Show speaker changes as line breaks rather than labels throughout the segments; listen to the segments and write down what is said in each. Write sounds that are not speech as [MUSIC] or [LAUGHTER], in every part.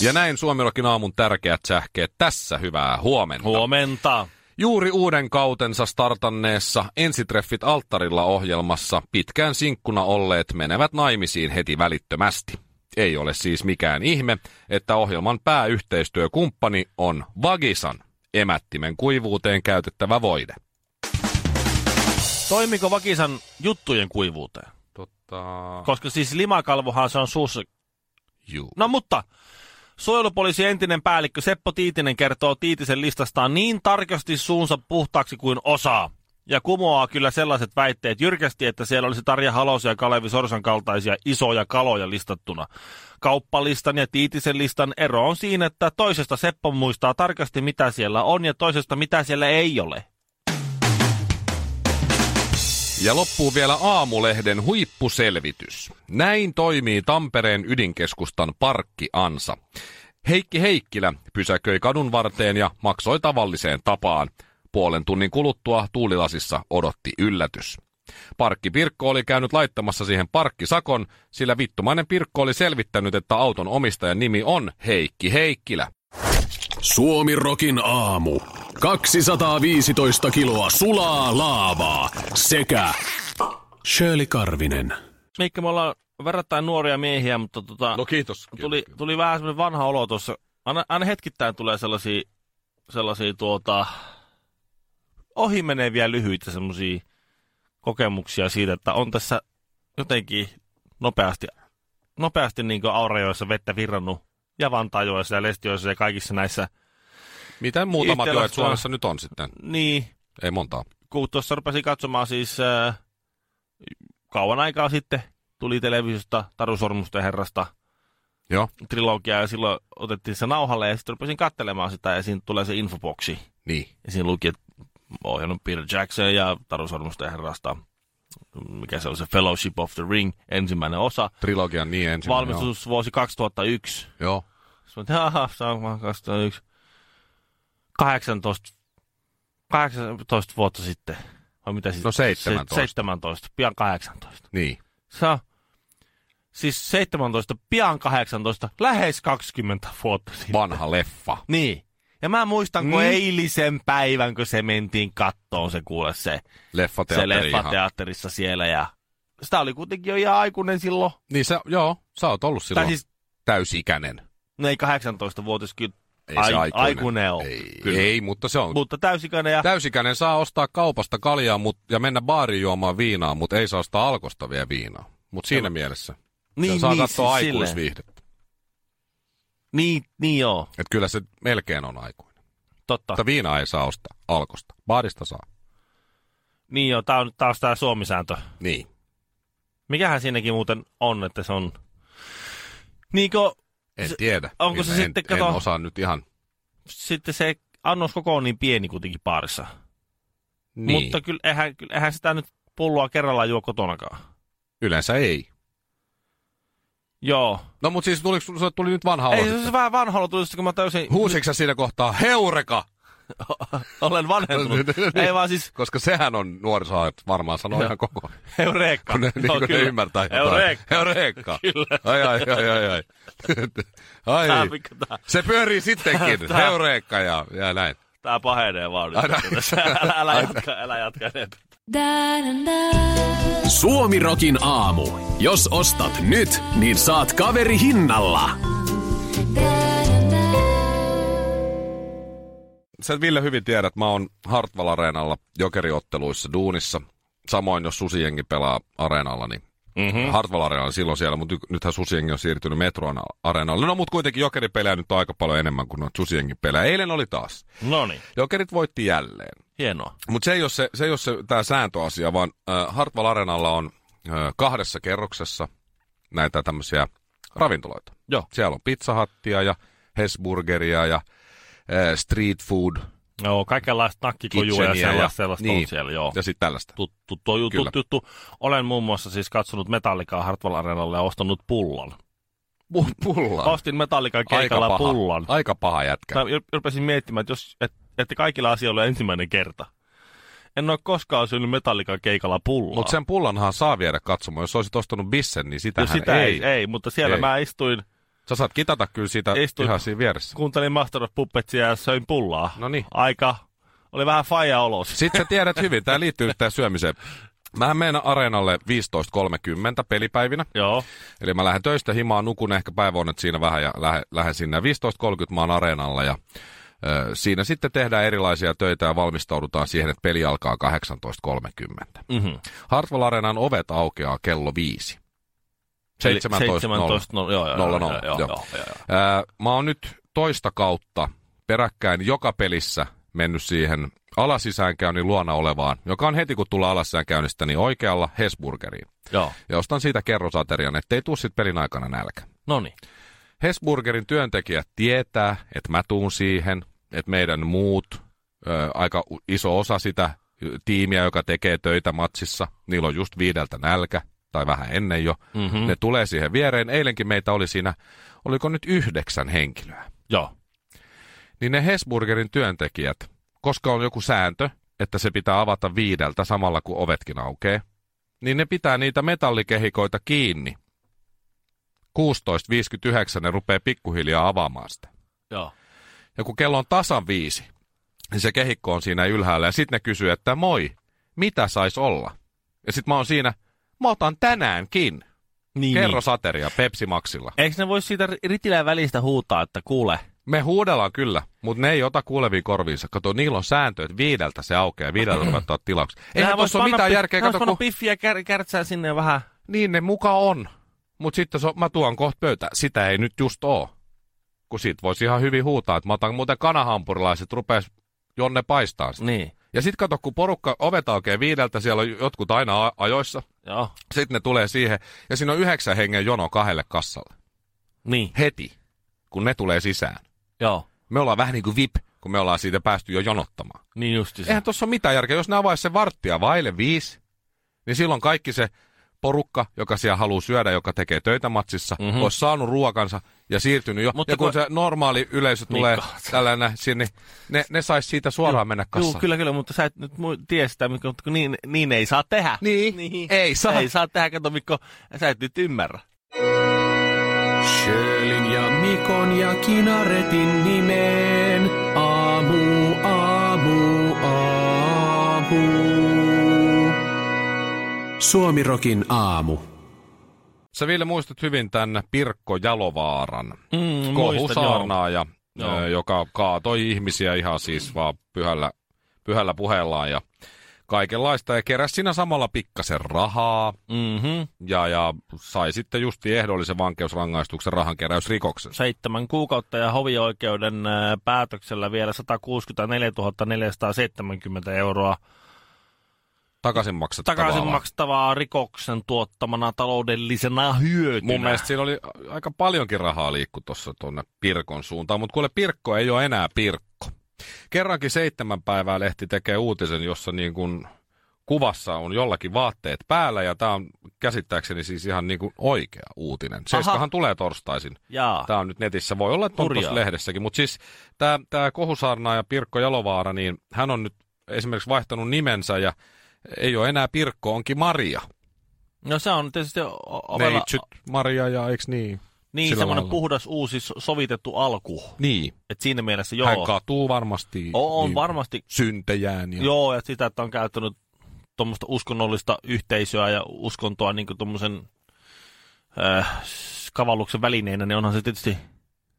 Ja näin Suomirokin aamun tärkeät sähkeet. Tässä hyvää huomenta.
Huomenta.
Juuri uuden kautensa startanneessa Ensitreffit alttarilla ohjelmassa pitkään sinkkuna olleet menevät naimisiin heti välittömästi. Ei ole siis mikään ihme, että ohjelman pääyhteistyökumppani on Vagisan, emättimen kuivuuteen käytettävä voide.
Toimiko Vakisan juttujen kuivuuteen?
Totta.
Koska siis limakalvohan se on suussa.
Juu.
No mutta, suojelupoliisi entinen päällikkö Seppo Tiitinen kertoo Tiitisen listastaan niin tarkasti suunsa puhtaaksi kuin osaa. Ja kumoaa kyllä sellaiset väitteet jyrkästi, että siellä olisi Tarja Halosen ja Kalevi Sorsan kaltaisia isoja kaloja listattuna. Kauppalistan ja Tiitisen listan ero on siinä, että toisesta Seppo muistaa tarkasti mitä siellä on ja toisesta mitä siellä ei ole.
Ja loppuu vielä aamulehden huippuselvitys. Näin toimii Tampereen ydinkeskustan parkkiansa. Heikki Heikkilä pysäköi kadun varteen ja maksoi tavalliseen tapaan. Puolen tunnin kuluttua tuulilasissa odotti yllätys. Parkki Pirkko oli käynyt laittamassa siihen parkkisakon, sillä vittumainen Pirkko oli selvittänyt, että auton omistajan nimi on Heikki Heikkilä.
Suomi Rokin aamu. 215 kiloa sulaa laavaa sekä Shirley Karvinen.
Mikä me ollaan verrattain nuoria miehiä, mutta tota,
No kiitos.
tuli, tuli vähän semmoinen vanha olo tuossa. Aina, aina hetkittäin tulee sellaisia, sellaisia tuota, ohimeneviä lyhyitä semmoisia kokemuksia siitä, että on tässä jotenkin nopeasti, nopeasti niin Aurajoissa vettä virrannut ja Vantaajoissa ja Lestiöissä ja kaikissa näissä.
Miten muutamat
Itsellä
joet
sitä-
Suomessa nyt on sitten?
Niin,
Ei montaa.
kun tuossa rupesin katsomaan siis ää, kauan aikaa sitten, tuli televisiosta Taru Sormusten herrasta
Joo.
trilogiaa ja silloin otettiin se nauhalle ja sitten rupesin katselemaan sitä ja siinä tulee se infoboksi.
Niin.
Ja siinä luki, että ohjannut Peter Jackson ja Taru Sormusten herrasta, mikä se on se Fellowship of the Ring, ensimmäinen osa.
Trilogian niin ensin.
Valmistusvuosi 2001.
Joo. joo.
Sitten mä, että [LAUGHS] jaha, sama 2001. 18, 18 vuotta sitten. Vai mitä siis?
No 17.
Se- 17, pian 18.
Niin.
Se on, siis 17, pian 18, lähes 20 vuotta sitten.
Vanha leffa.
Niin. Ja mä muistan, kun
Mm.
mm. eilisen päivän, kun se mentiin kattoon, se kuule se, se
Leffateatteri
leffa
ihan.
teatterissa siellä. Ja sitä oli kuitenkin jo ihan aikuinen silloin.
Niin sä, joo, sä oot ollut
Tai
silloin siis...
siis,
täysikäinen.
no ei 18-vuotias, kyllä
Ei
ai,
se aikuinen.
aikuinen ole.
Ei,
Kyllä.
ei, mutta se on. Mut...
Mutta täysikäinen ja
Täysikäinen saa ostaa kaupasta kaljaa mut, ja mennä baariin juomaan viinaa, mutta ei saa ostaa alkosta vielä viinaa. Mutta siinä mielessä. Niin, saa katsoa
siis silleen.
aikuisviihdettä.
Niin, niin joo,
Että kyllä se melkein on aikuinen.
totta.
Mutta viinaa ei saa ostaa alkosta. Baarista saa.
Niin joo, tää on nyt taas tää suomisääntö.
Niin.
Mikähän siinäkin muuten on, että se on... Niinkö
En
Se-
tiedä.
onko se
en,
sitten,
en,
kato-
en osaa nyt ihan.
sitten se annos koko on niin pieni kuitenkin paarissa.
Niin.
Mutta kyllä eihän, kyllä eihän sitä nyt pulloa kerrallaan juo kotonakaan.
Yleensä ei.
Joo.
No mutta siis tuliko, sulle tuli nyt vanha
Ei,
olo
se,
sitten?
se vähän vanhalla tuli, sitten, kun mä täysin...
Huusitko sä siinä kohtaa, heureka? [LAUGHS]
Olen vanhentunut.
Niin,
ei vaan siis...
Koska sehän on nuorisoajat varmaan sanoo ihan koko ajan,
Eureka.
kun ne, [LAUGHS] niin
Joo,
kun ne
kyllä.
ymmärtää jotain.
Eureka.
Eureka. Ai, ai, ai, ai, ai. ai.
Tää, pikku- tää,
Se pyörii sittenkin.
Tää-
Heureka ja, ja näin.
tää pahenee vaan nyt.
Aina-
Älä, älä jatka, älä jatka enempää.
Suomi Rokin aamu. Jos ostat nyt, niin saat kaveri hinnalla.
Sä Ville hyvin tiedät, mä oon Hartwall Areenalla jokeriotteluissa duunissa. Samoin jos susijengi pelaa areenalla, niin mm-hmm. Hartwall Areena oli silloin siellä, mutta ny- nythän susijengi on siirtynyt metroon areenalle. No mutta kuitenkin jokeripelejä nyt on aika paljon enemmän kuin noita susijengin pelejä. Eilen oli taas.
Noniin,
Jokerit voitti jälleen.
hienoa.
Mutta se ei ole se, se, ei ole se tämä sääntöasia, vaan äh, Hartwall Arenalla on äh, kahdessa kerroksessa näitä tämmöisiä ravintoloita.
Joo.
Siellä on pizzahattia ja Hesburgeria ja äh, street food,
Joo, kaikenlaista nakkikojua ja
kitcheniä
sellaista, ja, sellaista niin. on siellä, joo.
ja sitten tällaista.
Tuttu, tuo juttu,
Kyllä.
tuttu juttu. Olen muun muassa siis katsonut Metallicaa Hartwall Areenalla ja ostanut pullon.
Pu- Pullaa.
Ostin Metallican keikalla
paha,
pullon.
Aika paha jätkä.
Mä jo- rupesin miettimään, että, jos, et, että kaikilla asioilla on ensimmäinen kerta. En ole koskaan syönyt Metallican keikalla pullaa.
Mutta sen pullanhan saa viedä katsomaan. Jos olisit ostanut bissen, niin
Jos
sitähän
sitä ei, ei,
ei.
ei, mutta siellä
Ei.
ei. mä istuin,
Sä saat kitata kyllä siitä
Istuin-
ihan siinä vieressä.
kuuntelin Master of Puppetsia ja söin pullaa.
No niin.
Aika, oli vähän faija olos.
Sitten sä tiedät hyvin, tämä liittyy nyt tähän syömiseen. Mä menen areenalle 15.30 pelipäivinä.
Joo,
Eli mä lähden töistä himaan, nukun ehkä päiväonet siinä vähän ja lähden, lähden sinne. 15.30 mä oon areenalla ja ö, siinä sitten tehdään erilaisia töitä ja valmistaudutaan siihen, että peli alkaa 18.30.
mhm.
Hartwall Areenan ovet aukeaa kello 5. 17.00.
Eli 17 no, joo, joo, joo,
Nolla,
joo,
nolla,
joo,
joo.
joo, joo.
Ää, Mä oon nyt toista kautta peräkkäin joka pelissä mennyt siihen alasisäänkäynnin luona olevaan, joka on heti kun tulee alasisäänkäynnistä, niin oikealla Hesburgeriin.
Joo,
Ja ostan siitä kerrosaterian, ettei tuu sit pelin aikana nälkä.
no niin.
Hesburgerin työntekijät tietää, että mä tuun siihen, että meidän muut, ö, aika u- iso osa sitä ö, tiimiä, joka tekee töitä matsissa, niillä on just viideltä nälkä, tai vähän ennen jo,
Mm.
mm-hmm. ne tulee siihen viereen. Eilenkin meitä oli siinä, oliko nyt yhdeksän henkilöä.
Joo,
Niin ne Hesburgerin työntekijät, koska on joku sääntö, että se pitää avata viideltä samalla kun ovetkin aukeaa, niin ne pitää niitä metallikehikoita kiinni. 16.59 ne rupeaa pikkuhiljaa avaamaan sitä.
joo.
Ja kun kello on tasan viisi, niin se kehikko on siinä ylhäällä. Ja sitten ne kysyy, että moi, mitä sais olla? Ja sitten mä oon siinä, mä otan tänäänkin.
Niin,
Kerro sateria Pepsi Maxilla.
niin. Eikö ne voi siitä ri- ritilän välistä huutaa, että kuule,
Me huudellaan kyllä, mutta ne ei ota kuuleviin korviinsa. Kato, niillä on sääntö, että viideltä se aukeaa ja viideltä ruvetaan tilauksia. Eihän
Nehän vois
tuossa ole
panna
mitään
pi-
järkeä, kato,
nehän vois panna
kun
piffiä kär, kärtsää sinne ja vähän.
niin ne muka on. Mutta sitten se on, mä tuon kohta pöytään. Sitä ei nyt just oo. Kun siitä voisi ihan hyvin huutaa, että mä otan muuten kanahampurilaiset, rupes Jonne paistaa sitä.
Niin.
Ja sitten kato, kun porukka ovet aukeaa viideltä, siellä on jotkut aina a- ajoissa.
Joo.
Sitten ne tulee siihen, ja siinä on yhdeksän hengen jono kahdelle kassalle.
Niin.
Heti, kun ne tulee sisään.
Joo.
Me ollaan vähän niin kuin VIP, kun me ollaan siitä päästy jo jonottamaan.
Niin justi se.
Eihän tuossa ole mitään järkeä. Jos ne avaisi se varttia vaille viisi, niin silloin kaikki se porukka, joka siellä haluaa syödä, joka tekee töitä matsissa, mm-hmm. olisi saanut ruokansa ja siirtynyt jo.
Mhm.
Mutta
Mutta
ja kun,
kun-
se normaali yleisö tulee
Niin,
tällainen sinne, ne, ne saisi siitä suoraan mennä kassaan.
Joo, kyllä, kyllä, mutta sä et nyt mu- tiedä sitä, Mikko, mutta kun niin, niin ei saa tehdä.
Niin, ei saa.
Ei saa tehdä, kato Mikko, sä et nyt ymmärrä.
Sjölin ja Mikon ja Kinaretin nimeen. Aamu, aamu, aamu. Suomirokin aamu.
Sä Ville muistat hyvin tämän Pirkko Jalovaaran
Mm,
kohusaarnaaja,
Joo.
ö, joka kaatoi ihmisiä ihan siis vaan pyhällä, pyhällä puheellaan ja kaikenlaista. Ja keräsi siinä samalla pikkasen rahaa
Mm-hmm.
ja, ja sai sitten justi ehdollisen vankeusrangaistuksen rahankeräysrikoksessa.
Seitsemän kuukautta ja hovioikeuden äh, päätöksellä vielä 164 470 euroa
Takaisin maksettavaa.
takaisin
vai?
maksettavaa rikoksen tuottamana taloudellisena hyötynä.
Mun mielestä siinä oli aika paljonkin rahaa liikku tuossa tuonne Pirkon suuntaan, mutta kuule Pirkko ei ole enää Pirkko. Kerrankin seitsemän päivää lehti tekee uutisen, jossa niin kuin kuvassa on jollakin vaatteet päällä ja tämä on käsittääkseni siis ihan niin kuin oikea uutinen. Seiskahan tulee torstaisin.
Jaa.
Tämä on nyt netissä, voi olla, että on
Hurjaa.
tuossa lehdessäkin. Mutta siis tämä, tämä kohusaarnaaja Pirkko Jalovaara, niin hän on nyt esimerkiksi vaihtanut nimensä ja ei ole enää Pirkko, onkin Maria.
No se on tietysti o- o- ovella,
Neitsyt Maria ja eiks niin?
niin
sillä
semmoinen
lailla.
puhdas uusi so- sovitettu alku.
Niin.
Et siinä mielessä
Joo. Hän
joo,
katuu varmasti niin
O- on varmasti
syntejään. Ja...
Joo, ja sitä, että on käyttänyt tuommoista uskonnollista yhteisöä ja uskontoa niin tuommoisen äh, s- kavalluksen välineenä, niin onhan se tietysti,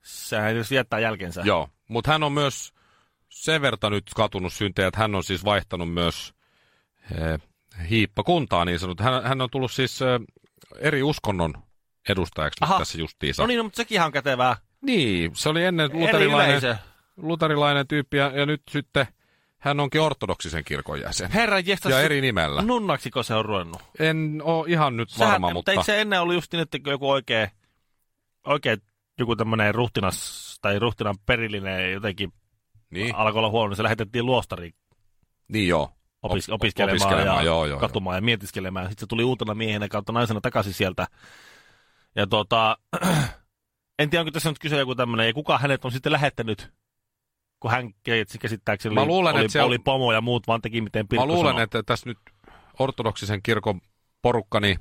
sehän tietysti jättää jälkensä.
Joo. Mutta hän on myös sen verran nyt katunut syntejä, että hän on siis vaihtanut myös eh, hiippakuntaa niin sanottu. Hän, hän on tullut siis eh, eri uskonnon edustajaksi nyt
Aha.
tässä justiinsa.
No niin, no, mutta sekin ihan kätevää.
niin, se oli ennen
Eri
luterilainen,
yleisö.
luterilainen tyyppi ja, ja nyt sitten hän onkin ortodoksisen kirkon jäsen.
Herra jestas,
Ja eri nimellä.
No. nunnaksiko se on ruvennut?
En ole ihan nyt varma,
mutta...
mutta...
Eikö se ennen ollut just niin, että joku oikea oikein joku tämmöinen ruhtinas tai ruhtinan perillinen jotenkin
Niin,
alkoi olla huono, niin se lähetettiin luostariin
niin joo.
opis,
Op-
opiskelemaan, ja
joo, joo,
katumaan ja mietiskelemään. Sitten se tuli uutena miehenä kautta naisena takaisin sieltä. Ja tota, [CLEARS THROAT] en tiedä, onko tässä nyt kyse joku tämmöinen, ja kuka hänet on sitten lähettänyt, kun hän ke- käsittääkseni
Mä
oli,
luulen,
oli,
että se on-
oli pomo ja muut vaan teki miten
joo.
Pirkko
Mä luulen,
sanoi.
että tässä nyt ortodoksisen kirkon porukka, niin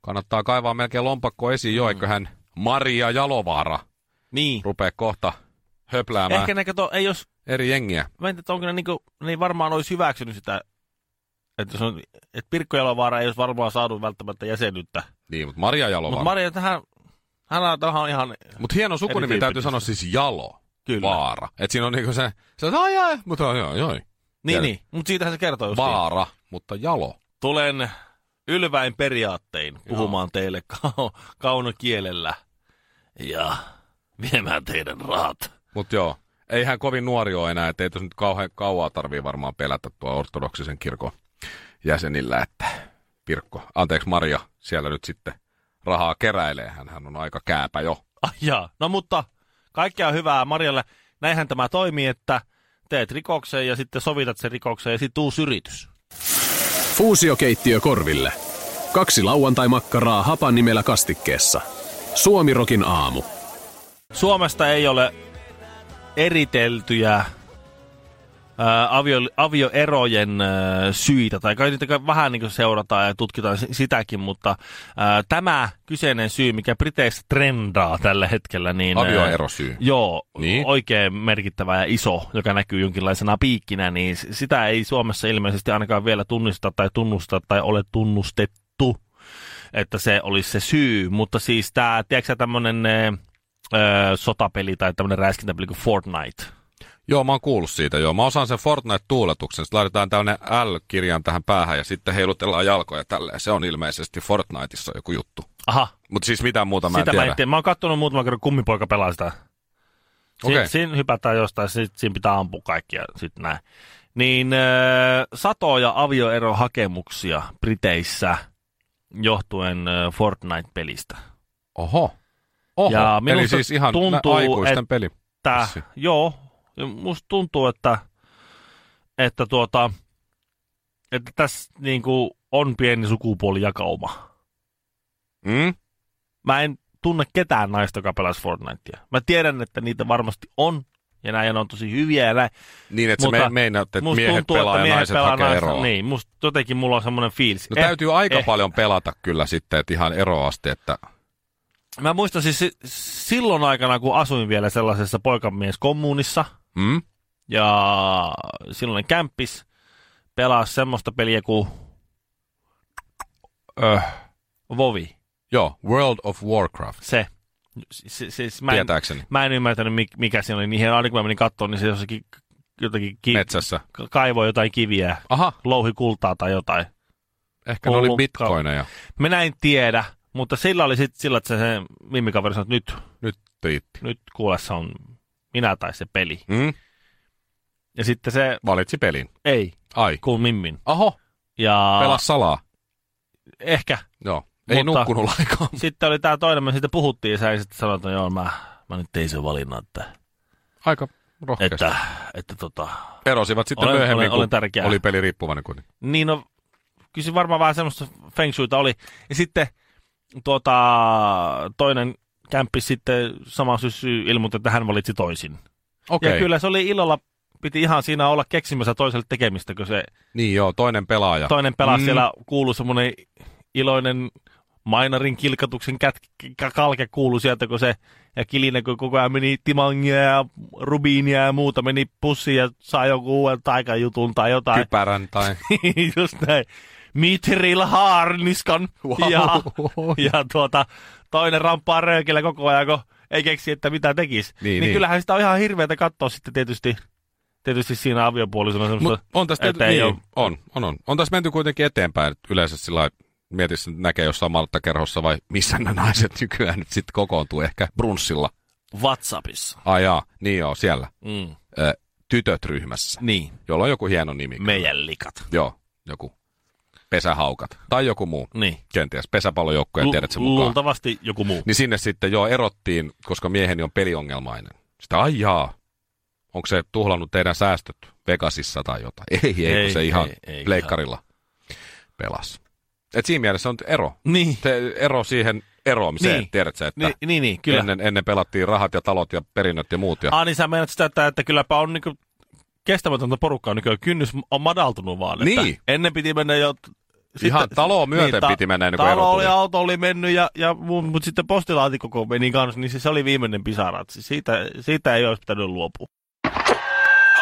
kannattaa kaivaa melkein lompakko esiin jo, eiköhän Maria Jalovaara
Niin.
rupee kohta höpläämään
Ehkä ne kato, ei jos,
eri jengiä.
mä en tiedä, onko ne niinku, ne ei varmaan olisi hyväksynyt sitä, että, jos on, että Pirkko Jalovaara ei olisi varmaan saanut välttämättä jäsenyyttä.
Niin, mutta Maria Jalovaara.
Mutta
Mutta
Maria, tähän, hän on tähän on ihan,
Mut hieno sukunimi täytyy
Eri tyypillistä.
sanoa siis Jalo.
Kyllä.
Vaara. Et siinä on niinku se, se on, ai, ai, mutta joo, joo,
niin,
Tiedä.
niin, mutta siitähän se kertoo just niin.
vaara, mutta jalo.
Tulen ylväin periaattein puhumaan teille [LAUGHS] kau- kaunokielellä ja viemään teidän rahat.
Mutta joo, eihän kovin nuori ole enää, ettei tässä nyt kauhean kauaa tarvii varmaan pelätä tuo ortodoksisen kirkon jäsenillä, että Pirkko, anteeksi Maria, siellä nyt sitten rahaa keräilee, hän on aika kääpä jo.
Ai jaa. No mutta kaikkea hyvää Marjalle. Näinhän tämä toimii, että teet rikoksen ja sitten sovitat sen rikoksen ja sitten uusi yritys.
Fuusiokeittiö korville. Kaksi lauantai-makkaraa hapan nimellä kastikkeessa. Suomirokin aamu.
Suomesta ei ole eriteltyjä ää, avio, avioerojen ää, syitä, tai kai niitä kai vähän niin seurataan ja tutkitaan si- sitäkin, mutta ää, tämä kyseinen syy, mikä Briteissä trendaa tällä hetkellä, niin... ää,
Avioerosyy.
Joo,
Niin.
niin? oikein merkittävä ja iso, joka näkyy jonkinlaisena piikkinä, niin s- sitä ei Suomessa ilmeisesti ainakaan vielä tunnista tai tunnusta tai ole tunnustettu, että se olisi se syy. Mutta siis tämä, tiedätkö tämmöinen eh, sotapeli tai tämmöinen räiskintäpeli kuin Fortnite?
Joo, mä oon kuullut siitä joo. Mä osaan sen Fortnite-tuuletuksen. Sitten laitetaan tällainen L-kirjan tähän päähän ja sitten heilutellaan jalkoja tälleen. Se on ilmeisesti Fortniteissa joku juttu.
Aha,
Mutta siis mitään muuta mä en
sitä
tiedä.
mä en tiedä. Mä oon kattonut muutaman kerran kummipoika pelaa sitä. Si-
Okei.
Siinä hypätään jostain, sit, siinä pitää ampua kaikkia, sitten näin. Niin äh, satoja avioerohakemuksia Briteissä johtuen äh, Fortnite-pelistä.
Oho. Oho.
Ja
Ja Eli
minusta
siis ihan
tuntuu,
tuntuu, aikuisten
et-
peli.
Tää,
Vissi.
joo, ja musta tuntuu, että, että, tuota, että tässä niinku on pieni sukupuolijakauma.
Mm?
Mä en tunne ketään naista, joka pelasi Fortnitea. Mä tiedän, että niitä varmasti on, ja näin ja ne on tosi hyviä ja näin,
Niin, että
Mutta
Mutta, meinaat, että miehet pelaa ja naiset hakee eroa.
Niin, musta jotenkin mulla on semmoinen fiilis.
No täytyy aika
eh.
paljon pelata kyllä sitten, että ihan eroasti, että
Mä muistan siis si- silloin aikana, kun asuin vielä sellaisessa poikamieskommuunissa,
mm?
ja silloin kämppis pelasi semmoista peliä kuin öh, Vovi,
joo, World of Warcraft,
se. Si- siis mä en,
tietääkseni,
mä en ymmärtänyt, mik- mikä siinä oli. Niin aina kun mä menin kattoon, niin se jossakin jotenkin ki-
metsässä.
kaivoi jotain kiviä,
Aha,
louhi kultaa tai jotain.
ehkä ne oli
Hullu-
bitcoineja.
Minä en tiedä, mutta sillä oli sitten sillä, että se sen mimmikaveri sanoi, että nyt,
Nyt tiitti.
nyt kuulessa on minä tai se peli.
Mm?
Ja sitten se
Valitsi pelin.
ei,
Ai.
kuul mimmin.
Aho,
Ja
pelas salaa.
ehkä.
Joo, ei
Mutta-
nukkunut [LAUGHS] aikaa.
Sitten oli tämä toinen, me siitä puhuttiin ja sä sitten sanoit, että joo, mä, mä nyt tein sen valinnan, että,
Aika rohkeasti.
että, että tota.
Erosivat sitten
Olen-
myöhemmin,
olen-
kun
olen tärkeä.
oli peli riippuvainen kuitenkin.
Niin no, kyllä se varmaan vähän semmoista feng shuita oli. Ja sitten tuota, toinen kämppi sitten sama syssy ilmoitti, että hän valitsi toisin.
Okei,
Ja kyllä se oli illalla, piti ihan siinä olla keksimässä toiselle tekemistä, kun se
niin joo, toinen pelaaja.
toinen pelasi
Mm.
mm. siellä, kuului semmoinen iloinen mainarin kilkatuksen kät- k- kalke kuului sieltä, kun se ja Kilinen, kun koko ajan meni timangia ja rubiinia ja muuta, meni pussiin ja sai jonkun uuden taikajutun tai jotain.
Kypärän
[LAUGHS]
tai...
Niin, Just näin. Mitril Haarniskan.
Wow.
Ja, ja tuota, toinen rampaa röökillä koko ajan, kun ei keksi, että mitä tekisi.
Niin, niin.
kyllähän sitä on ihan hirveätä katsoa sitten tietysti, tietysti siinä aviopuolisena semmoista.
Mut on tässä
että
tehty, niin,
ei
on, on, on, on. tässä menty kuitenkin eteenpäin että yleensä sillä lailla, mieti, jos näkee jossain kerhossa vai missä ne naiset [LAUGHS] nykyään nyt sitten kokoontuu ehkä brunssilla.
Whatsappissa.
Ai jaa, niin joo, siellä.
Mm.
Ö, tytöt ryhmässä,
Niin,
jolla on joku hieno nimi.
meidän likat.
Joo, joku pesähaukat tai joku muu.
Niin.
Kenties pesäpallojoukkoja, tiedät sen mukaan.
Luultavasti joku muu.
Niin sinne sitten jo erottiin, koska mieheni on peliongelmainen. Sitä ajaa. Onko se tuhlannut teidän säästöt Vegasissa tai jotain? [LAUGHS] Ei, ei, ei kun se
Ei,
ihan
ei,
ei,
ei,
pleikkarilla pelas. Et siinä mielessä on ero.
Niin.
Te ero siihen eroamiseen, niin.
Niin.
tiedät sä, että
Niin, niin, niin, kyllä.
Ennen, ennen pelattiin rahat ja talot ja perinnöt ja muut. Ja...
Ah, niin sä meinaat sitä, että, että kylläpä on niinku kestämätöntä porukkaa nykyään. Kynnys on madaltunut vaan. Että
Niin.
Ennen piti mennä jo...
Ihan taloa myöten piti mennä ennen kuin
niin, talo
ero
oli,
tuli.
auto oli mennyt ja, ja muu, mutta sitten postilaatikko kun meni kanssa, niin se, se oli viimeinen pisarat. Siis Siitä, siitä ei olisi pitänyt luopua.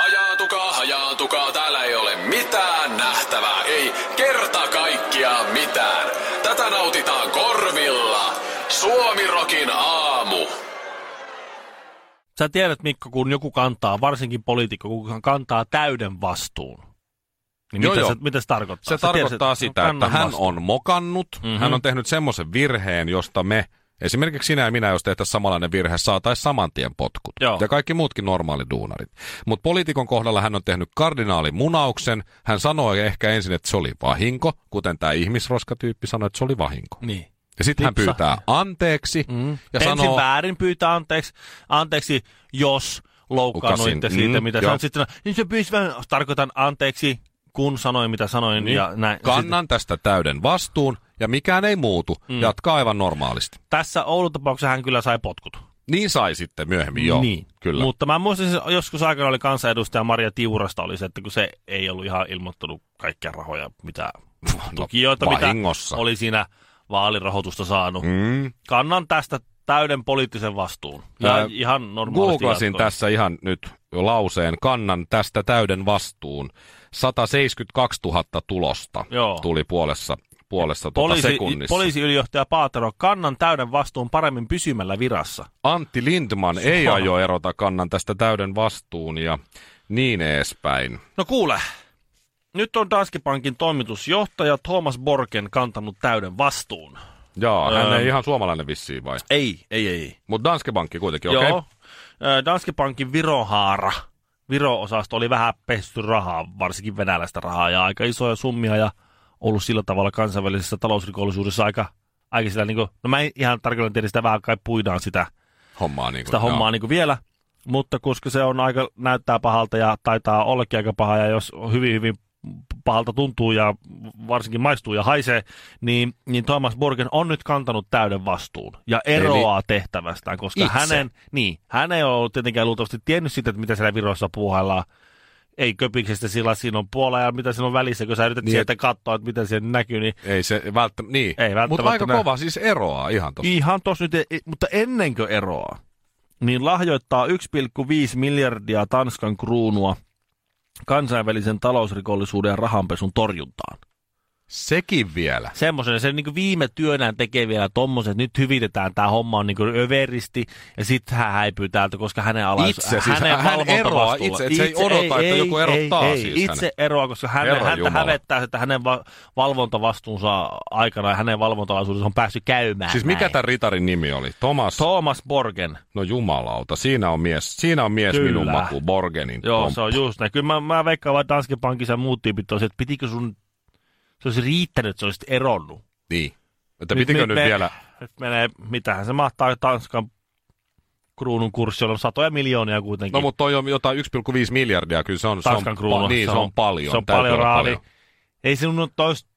Hajaatukaa, hajaatukaa, täällä ei ole mitään nähtävää, ei kerta kaikkiaan mitään. Tätä nautitaan korvilla. Suomirokin aamu.
Sä tiedät, Mikko, kun joku kantaa, varsinkin poliitikko, kun kantaa täyden vastuun. Niin
Joo,
mitä,
joo.
Se, mitä se tarkoittaa?
Se
Sä No, tiedät,
tarkoittaa sitä, että
kannan
hän
vastuun.
on mokannut, mm-hmm.
Mhm.
hän on tehnyt semmoisen virheen, josta me, esimerkiksi sinä ja minä, jos tehtäisiin samanlainen virhe, saataisiin saman tien potkut.
Joo.
Ja kaikki muutkin normaalit duunarit. Mutta poliitikon kohdalla hän on tehnyt kardinaalin munauksen. Hän sanoi ehkä ensin, että se oli vahinko, kuten tämä ihmisroskatyyppi sanoi, että se oli vahinko.
Niin.
Ja sitten hän
Lipsa.
pyytää anteeksi mm. ja
Ensin
sanoo,
väärin pyytää anteeksi, anteeksi jos loukkaannuitte
Ukasin.
siitä,
Mm,
mm, mitä
joo.
sanoit. Sitten niin se pyysi vähän, tarkoitan anteeksi, kun sanoin, mitä sanoin. Niin. Ja näin. Sitten,
kannan tästä täyden vastuun ja mikään ei muutu, mm. jatkaa aivan normaalisti.
tässä Oulun tapauksessa hän kyllä sai potkut.
Niin sai sitten myöhemmin, joo.
niin.
Kyllä.
Mutta mä muistan, että joskus aikana oli kansanedustaja Maria Tiurasta, oli se, että kun se ei ollut ihan ilmoittanut kaikkia rahoja,
[LAUGHS]
mitä tukijoita, mitä
No, vahingossa.
oli siinä vaalirahoitusta saanut. Mm.
Mm.
Kannan tästä täyden poliittisen vastuun. Ja
Ää,
ihan normaalisti
Googlasin
jatkoin.
tässä ihan nyt lauseen, kannan tästä täyden vastuun. 172 000 tulosta
Joo.
tuli puolessa, puolessa tuota
Poliisi,
sekunnissa.
poliisiylijohtaja Paatero, kannan täyden vastuun paremmin pysymällä virassa.
Antti Lindman ei
Suha.
aio erota kannan tästä täyden vastuun ja niin edespäin.
No kuule, nyt on Danske Bankin toimitusjohtaja Thomas Borgen kantanut täyden vastuun.
Jaa, hän
Öö.
ei ihan suomalainen vissiin vai?
Ei, ei, ei.
Mutta Danske Bankki kuitenkin, okei.
Joo.
Okay.
Ö, Danske Bankin Virohaara. Viro-osasto oli vähän pesty rahaa, varsinkin venäläistä rahaa ja aika isoja summia ja ollut sillä tavalla kansainvälisessä talousrikollisuudessa aika, aika sillä niin kuin, no mä en ihan tarkalleen tiedä sitä vähän kai puidaan sitä
Hommaa niin kuin,
sitä hommaa niin vielä. Mutta koska se on aika, näyttää pahalta ja taitaa ollakin aika paha ja jos hyvin hyvin pahalta tuntuu ja varsinkin maistuu ja haisee, niin, niin Thomas Borgen on nyt kantanut täyden vastuun ja eroaa Eli tehtävästään, koska
itse.
hänen, niin, hän ei ole tietenkään luultavasti tiennyt sitä, että mitä siellä viroissa puuhaillaan. Ei köpiksestä sillä siinä on puolella ja mitä siinä on välissä, kun sä yrität
Niin,
niin, sieltä katsoa, että mitä siellä näkyy, niin
Ei se välttämättä, niin.
Ei
Mutta aika
välttämättä näin.
kova siis eroaa ihan tosta.
Ihan tos nyt, e- mutta ennen kuin eroaa, niin lahjoittaa 1,5 miljardia Tanskan kruunua kansainvälisen talousrikollisuuden ja rahanpesun torjuntaan.
Sekin vielä.
Semmoisen, se niin viime työnään tekee vielä tommosen, että nyt hyvitetään tämä homma on niin överisti ja sitten hän häipyy täältä, koska hänen alais...
Itse, siis hän- hän
valvontavastuulla-
eroaa itse, että se ei odota, että joku erottaa
ei,
siis
ei, Itse eroaa, koska hän,
Herra
häntä
Jumala.
hävettää, se, että hänen va- valvontavastuunsa aikana ja hänen valvontalaisuudensa on päässyt käymään
Siis mikä
näin.
tämän ritarin nimi oli? Thomas?
Thomas Borgen.
No jumalauta, siinä on mies, siinä on mies
Kyllä.
minun maku, Borgenin.
Joo,
Tom-
se on just näin. Kyllä mä, mä veikkaan vaan Danske Bankissa ja muut tyypit tosi, että pitikö sun, se olisi riittänyt, että se olisit eronnut.
Niin. Että pitikö nyt,
me-
vielä,
Nyt menee, mitähän se mahtaa Tanskan kruunun kurssi on satoja miljoonia kuitenkin.
no mutta toi on jotain 1,5 miljardia, kyllä se on, se on,
niin. Tanskan
pa-
kruunu.
niin, se on, paljon.
Se on
täytyy
paljon
olla
rahaa, niin ei sinun ole toista.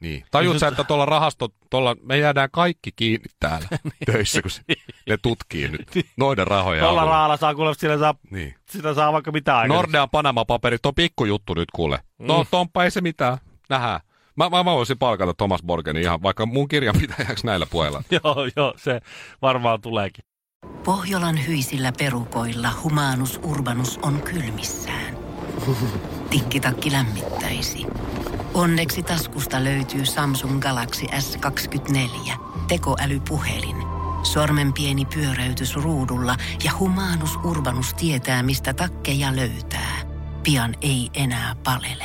Niin. Tajut
Ei
sä,
se-
että tuolla rahasto, tuolla, me jäädään kaikki kiinni
[LAUGHS]
täällä
Niin.
töissä, kun se- ne tutkii nyt noiden rahoja
Tuolla
avulla.
rahalla saa kuulemma, sillä saa,
Niin.
sillä saa vaikka mitä aikaa.
Nordean Panama-paperit on pikkujuttu nyt kuule. No
Niin.
Tomppa, ei se mitään. Nähdään. Mä, mä, mä voisin palkata Thomas Borgenin ihan vaikka mun kirjanpitäjäksi näillä puheilla.
[LAUGHS] Joo, joo, se varmaan tuleekin.
Pohjolan hyisillä perukoilla humanus urbanus on kylmissään. Tikkitakki lämmittäisi. Onneksi taskusta löytyy Samsung Galaxy S24. Tekoälypuhelin. Sormen pieni pyöräytys ruudulla ja humanus urbanus tietää, mistä takkeja löytää. Pian ei enää palele.